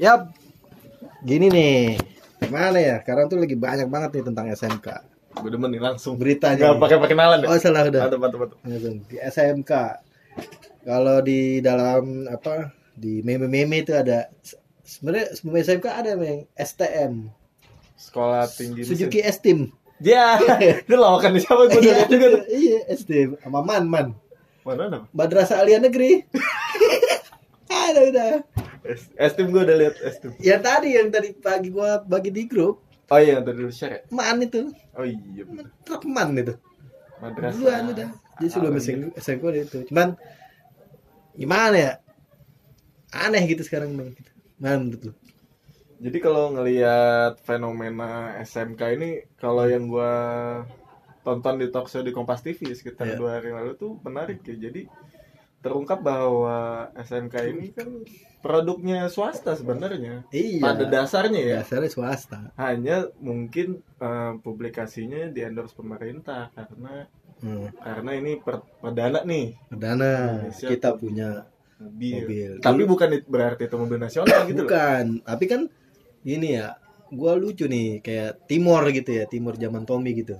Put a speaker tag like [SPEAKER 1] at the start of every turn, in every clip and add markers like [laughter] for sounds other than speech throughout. [SPEAKER 1] Yap. Gini nih. Gimana ya? Sekarang tuh lagi banyak banget nih tentang SMK.
[SPEAKER 2] Gue demen nih langsung.
[SPEAKER 1] Beritanya.
[SPEAKER 2] Gak
[SPEAKER 1] nih.
[SPEAKER 2] pakai perkenalan ya?
[SPEAKER 1] Oh, salah udah.
[SPEAKER 2] Mantap, mantap, mantap.
[SPEAKER 1] Langsung. Di SMK. Kalau di dalam apa? Di meme-meme itu ada sebenarnya sebelum SMK ada yang STM.
[SPEAKER 2] Sekolah tinggi. mesin.
[SPEAKER 1] Suzuki S-Team. [laughs]
[SPEAKER 2] Ya, itu lawakan siapa gue dengar Oh, juga tuh.
[SPEAKER 1] Iya, S-Team sama Man Man.
[SPEAKER 2] Mana nama?
[SPEAKER 1] Madrasah Alia Negeri. [laughs] ada udah.
[SPEAKER 2] Es- Estim gue udah lihat Estim.
[SPEAKER 1] Yang tadi yang tadi pagi gua bagi di grup,
[SPEAKER 2] Oh iya, yang tadi dulu share ya?
[SPEAKER 1] Man itu,
[SPEAKER 2] Oh iya, bener.
[SPEAKER 1] truk Man itu.
[SPEAKER 2] madrasah.
[SPEAKER 1] Duluan udah. Jadi sebelum
[SPEAKER 2] Alam
[SPEAKER 1] SMK SMK udah itu. Cuman gimana ya? Aneh gitu sekarang bang. Gitu. Mana menurut lu?
[SPEAKER 2] Jadi kalau ngelihat fenomena SMK ini, kalau yang gua tonton di talkshow di Kompas TV sekitar
[SPEAKER 1] Iya.
[SPEAKER 2] dua hari lalu tuh menarik ya. Jadi terungkap bahwa SMK ini kan produknya swasta sebenarnya.
[SPEAKER 1] Iya.
[SPEAKER 2] Pada dasarnya ya,
[SPEAKER 1] dasarnya swasta.
[SPEAKER 2] hanya mungkin eh, publikasinya di endorse pemerintah karena
[SPEAKER 1] Hmm.
[SPEAKER 2] karena ini per- perdana nih
[SPEAKER 1] Perdana
[SPEAKER 2] Indonesia.
[SPEAKER 1] kita punya
[SPEAKER 2] mobil.
[SPEAKER 1] Mobil.
[SPEAKER 2] Iya, Tapi bukan it- berarti itu mobil nasional gitu loh.
[SPEAKER 1] bukan, tapi kan gini ya. Gua lucu nih kayak Timor gitu ya, Timor zaman Tommy gitu.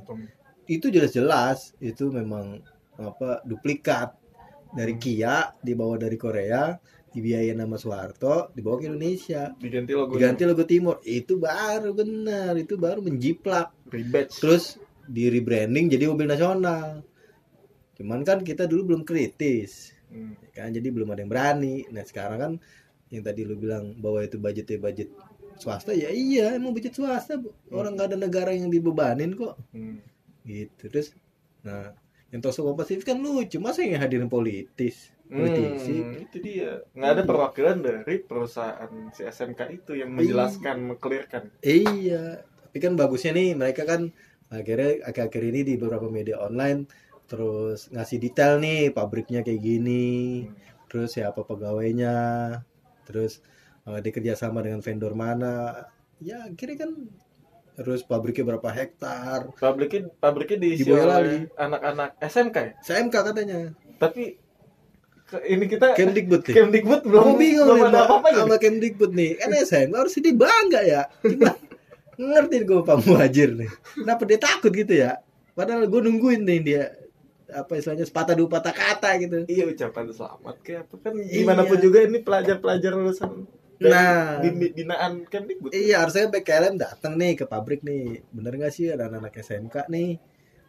[SPEAKER 1] itu jelas-jelas itu memang apa duplikat dari
[SPEAKER 2] Hmm.
[SPEAKER 1] Kia dibawa dari Korea dibiayain nama Soeharto dibawa ke Indonesia
[SPEAKER 2] Diganti logo
[SPEAKER 1] diganti logo Timur itu baru benar itu baru menjiplak
[SPEAKER 2] rebadge.
[SPEAKER 1] terus di rebranding jadi mobil nasional cuman kan kita dulu belum kritis
[SPEAKER 2] Hmm.
[SPEAKER 1] ya kan jadi belum ada yang berani nah sekarang kan yang tadi lu bilang bahwa itu budgetnya budget swasta ya iya emang budget swasta Bu. orang nggak ada negara yang dibebanin kok
[SPEAKER 2] Hmm.
[SPEAKER 1] gitu terus nah yang toso kompetitif kan lucu masa yang hadirin politis politisi
[SPEAKER 2] Hmm, itu dia. Nggak ada perwakilan dari perusahaan si SMK itu yang menjelaskan, mengklirkan.
[SPEAKER 1] iya tapi kan bagusnya nih mereka kan akhirnya akhir-akhir ini di beberapa media online terus ngasih detail nih pabriknya kayak gini terus siapa pegawainya terus eh, dikerja sama dengan vendor mana ya akhirnya kan terus pabriknya berapa hektar
[SPEAKER 2] Pabriknya, pabriknya
[SPEAKER 1] Di
[SPEAKER 2] diisi
[SPEAKER 1] Boyolali.
[SPEAKER 2] oleh anak-anak SMK ya?
[SPEAKER 1] SMK katanya
[SPEAKER 2] Tapi ke- ini kita
[SPEAKER 1] Kemdikbud nih
[SPEAKER 2] Kemdikbud belum
[SPEAKER 1] Gua bingung
[SPEAKER 2] belum
[SPEAKER 1] nih
[SPEAKER 2] ada
[SPEAKER 1] sama,
[SPEAKER 2] apa-apa ya.
[SPEAKER 1] sama Kemdikbud nih. Kan SM harus dia bangga ya. Cuman ngerti gue Pak Muhajir nih. Kenapa dia takut gitu ya? Padahal gue nungguin nih dia apa istilahnya sepatah dua patah kata gitu.
[SPEAKER 2] Iya ucapan selamat kayak apa kan gimana pun
[SPEAKER 1] Iya.
[SPEAKER 2] juga ini pelajar-pelajar lulusan dari kan
[SPEAKER 1] Nah.
[SPEAKER 2] bin- binaan Kemdikbud.
[SPEAKER 1] Iya harusnya PKLM datang nih ke pabrik nih. Bener gak sih ada anak-anak SMK nih?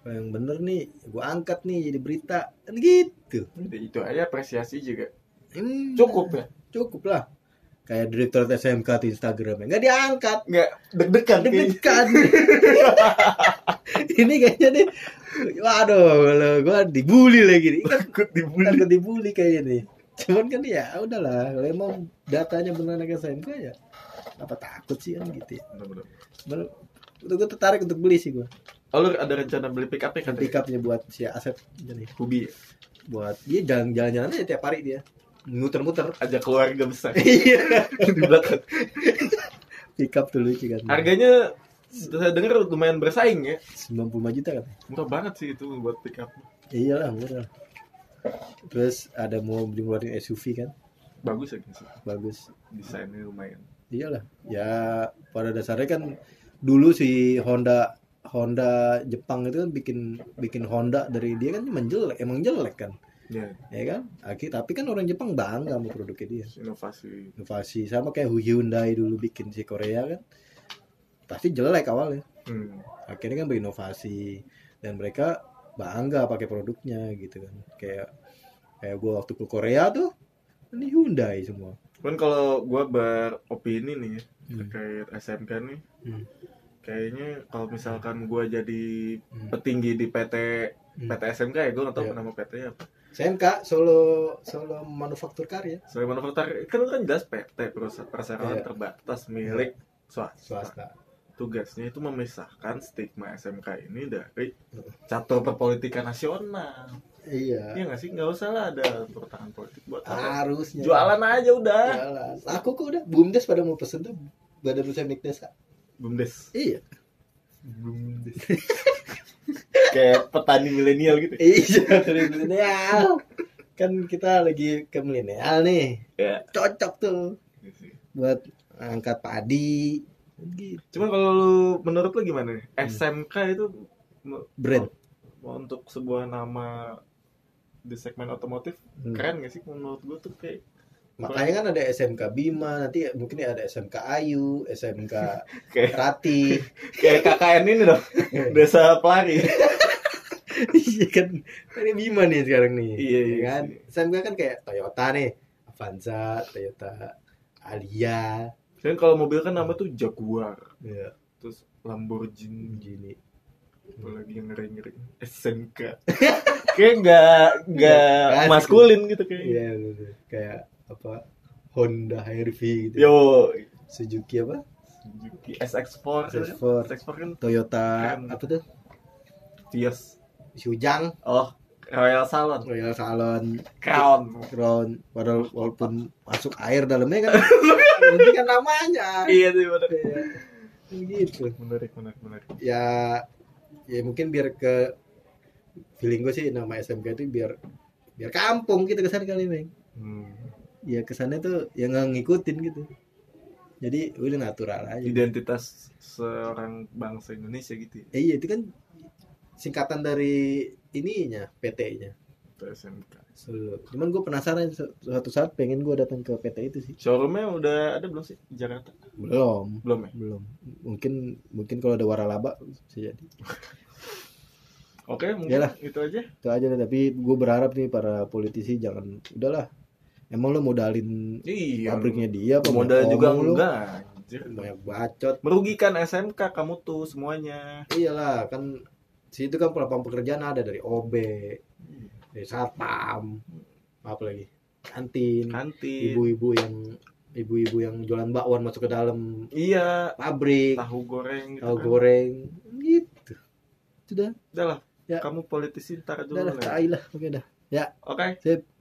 [SPEAKER 1] Yang bener nih, gue angkat nih jadi berita kan gitu.
[SPEAKER 2] Jadi itu aja apresiasi juga.
[SPEAKER 1] Hmm,
[SPEAKER 2] Cukup ya.
[SPEAKER 1] cukup lah. Kayak direktur SMK di Instagramnya nggak diangkat.
[SPEAKER 2] Nggak deg-degan kayaknya.
[SPEAKER 1] deg-degan [laughs] ini kayaknya deh waduh lo gue dibully lagi nih kan
[SPEAKER 2] Ikut dibully.
[SPEAKER 1] takut dibully kayaknya nih cuman kan ya udahlah kalau emang datanya benar anak SMK ya apa takut sih kan gitu ya
[SPEAKER 2] Bener-bener.
[SPEAKER 1] Cuman, itu gue tertarik untuk beli sih gue
[SPEAKER 2] Oh, lu ada rencana beli pick up ya kan?
[SPEAKER 1] pick upnya buat si Asep jadi
[SPEAKER 2] Hobi ya?
[SPEAKER 1] buat dia jalan jalan aja tiap hari dia muter-muter [laughs]
[SPEAKER 2] Ajak keluarga besar
[SPEAKER 1] iya
[SPEAKER 2] di belakang.
[SPEAKER 1] pick up tuh lucu kan
[SPEAKER 2] Harganya saya dengar lumayan bersaing ya.
[SPEAKER 1] 95 juta kan
[SPEAKER 2] Murah banget sih itu buat pick up.
[SPEAKER 1] ya, iyalah murah terus ada mau beli ngeluarin SUV kan
[SPEAKER 2] Bagus ya sih.
[SPEAKER 1] bagus
[SPEAKER 2] Desainnya lumayan.
[SPEAKER 1] iyalah ya pada dasarnya kan dulu si Honda Honda Jepang itu kan bikin bikin Honda dari dia kan emang jelek emang jelek kan
[SPEAKER 2] Ya,
[SPEAKER 1] ya kan Aki, tapi kan orang Jepang bangga sama produknya dia
[SPEAKER 2] inovasi.
[SPEAKER 1] inovasi sama kayak Hyundai dulu bikin si Korea kan pasti jelek awalnya
[SPEAKER 2] Hmm.
[SPEAKER 1] akhirnya kan berinovasi dan mereka bangga pakai produknya gitu kan kayak kayak gua waktu ke Korea tuh ini Hyundai semua
[SPEAKER 2] Cuman kalau gua beropini nih ya,
[SPEAKER 1] Hmm.
[SPEAKER 2] terkait SMK nih,
[SPEAKER 1] Hmm.
[SPEAKER 2] kayaknya kalau misalkan gua jadi
[SPEAKER 1] Hmm.
[SPEAKER 2] petinggi di PT
[SPEAKER 1] Hmm.
[SPEAKER 2] PT SMK ya, gua nggak tahu
[SPEAKER 1] Iya.
[SPEAKER 2] nama PT-nya apa.
[SPEAKER 1] SMK Solo Solo Manufaktur Karya
[SPEAKER 2] Selain manufaktur, kan kan jelas PT perusahaan
[SPEAKER 1] Iya.
[SPEAKER 2] perseroan terbatas milik swasta.
[SPEAKER 1] swasta
[SPEAKER 2] tugasnya itu memisahkan stigma SMK ini dari
[SPEAKER 1] Heeh.
[SPEAKER 2] catur perpolitikan nasional.
[SPEAKER 1] iya Ah,
[SPEAKER 2] Iya nggak sih? Nggak usah lah ada pertahanan politik buat apa.
[SPEAKER 1] harusnya
[SPEAKER 2] Jualan aja udah.
[SPEAKER 1] Jualan. aku kok udah bumdes pada mau pesen tuh pada bisa milik desa
[SPEAKER 2] Bumdes.
[SPEAKER 1] iya
[SPEAKER 2] Bumdes. [laughs] Kayak petani milenial gitu.
[SPEAKER 1] iya [laughs] dari milenial kan kita lagi ke milenial nih
[SPEAKER 2] Ya.
[SPEAKER 1] Iya. cocok tuh buat angkat padi gitu.
[SPEAKER 2] Cuman kalau lu menurut lu gimana nih? SMK itu
[SPEAKER 1] brand
[SPEAKER 2] untuk sebuah nama di segmen otomotif
[SPEAKER 1] Hmm.
[SPEAKER 2] Oh, keren gak sih menurut gue tuh kayak
[SPEAKER 1] makanya kan ada SMK Bima nanti mungkin ada SMK Ayu SMK
[SPEAKER 2] [laughs] kayak
[SPEAKER 1] Rati
[SPEAKER 2] [laughs]
[SPEAKER 1] [laughs]
[SPEAKER 2] kayak KKN ini dong [laughs] desa pelari
[SPEAKER 1] iya kan ini Bima nih sekarang nih
[SPEAKER 2] Iya, iya
[SPEAKER 1] kan
[SPEAKER 2] sih.
[SPEAKER 1] SMK kan kayak Toyota nih Avanza Toyota Alia
[SPEAKER 2] dan kalau mobil kan nama tuh Jaguar
[SPEAKER 1] ya,
[SPEAKER 2] terus Lamborghini
[SPEAKER 1] gini
[SPEAKER 2] apalagi yang ngeri-ngeri [laughs] SMK kayak nggak nggak
[SPEAKER 1] Nggak asik.
[SPEAKER 2] maskulin gitu kayak
[SPEAKER 1] iya bener. kayak apa Honda HRV gitu
[SPEAKER 2] yo
[SPEAKER 1] Suzuki apa
[SPEAKER 2] Suzuki SX4 kan?
[SPEAKER 1] Transport
[SPEAKER 2] SX4 kan
[SPEAKER 1] Toyota
[SPEAKER 2] Keren.
[SPEAKER 1] apa tuh
[SPEAKER 2] Vios
[SPEAKER 1] Sujang
[SPEAKER 2] oh Royal Salon
[SPEAKER 1] Royal Salon
[SPEAKER 2] Crown
[SPEAKER 1] Crown padahal walaupun masuk air dalamnya kan
[SPEAKER 2] [laughs]
[SPEAKER 1] nanti kan namanya
[SPEAKER 2] iya sih bener
[SPEAKER 1] Kayak gitu
[SPEAKER 2] menarik menarik menarik
[SPEAKER 1] ya ya mungkin biar ke feeling gue sih nama SMK itu biar biar kampung gitu kesan kali Bang
[SPEAKER 2] Hmm.
[SPEAKER 1] ya kesannya tuh yang nggak ngikutin gitu jadi udah natural aja
[SPEAKER 2] identitas seorang bangsa Indonesia gitu ya
[SPEAKER 1] Eh, iya itu kan singkatan dari ininya PT-nya
[SPEAKER 2] atau SMK
[SPEAKER 1] Solo. Cuman gue penasaran su- suatu saat pengen gue datang ke PT itu sih.
[SPEAKER 2] showroomnya udah ada belum sih di Jakarta
[SPEAKER 1] Belum,
[SPEAKER 2] belum ya
[SPEAKER 1] belum. Mungkin mungkin kalau ada waralaba bisa jadi.
[SPEAKER 2] oke mungkin
[SPEAKER 1] Yalah.
[SPEAKER 2] itu aja
[SPEAKER 1] Itu aja deh, tapi gue berharap nih para politisi jangan udahlah. Emang lo modalin
[SPEAKER 2] iya
[SPEAKER 1] pabriknya dia apa
[SPEAKER 2] modal
[SPEAKER 1] banyak
[SPEAKER 2] juga
[SPEAKER 1] omong lu?
[SPEAKER 2] enggak anjir.
[SPEAKER 1] Banyak bacot.
[SPEAKER 2] merugikan SMK kamu tuh semuanya
[SPEAKER 1] Iyalah, kan situ kan pelapang pekerjaan ada dari OB, dari satpam, apa lagi? Kantin,
[SPEAKER 2] kantin
[SPEAKER 1] ibu-ibu yang ibu-ibu yang jualan bakwan masuk ke dalam
[SPEAKER 2] iya
[SPEAKER 1] pabrik,
[SPEAKER 2] tahu goreng gitu
[SPEAKER 1] tahu
[SPEAKER 2] kan.
[SPEAKER 1] goreng, gitu. Sudah,
[SPEAKER 2] Udah lah,
[SPEAKER 1] Ya.
[SPEAKER 2] kamu politisi ntar dulu
[SPEAKER 1] udah lah,
[SPEAKER 2] lah.
[SPEAKER 1] tai lah, oke dah.
[SPEAKER 2] Oke,
[SPEAKER 1] Sip.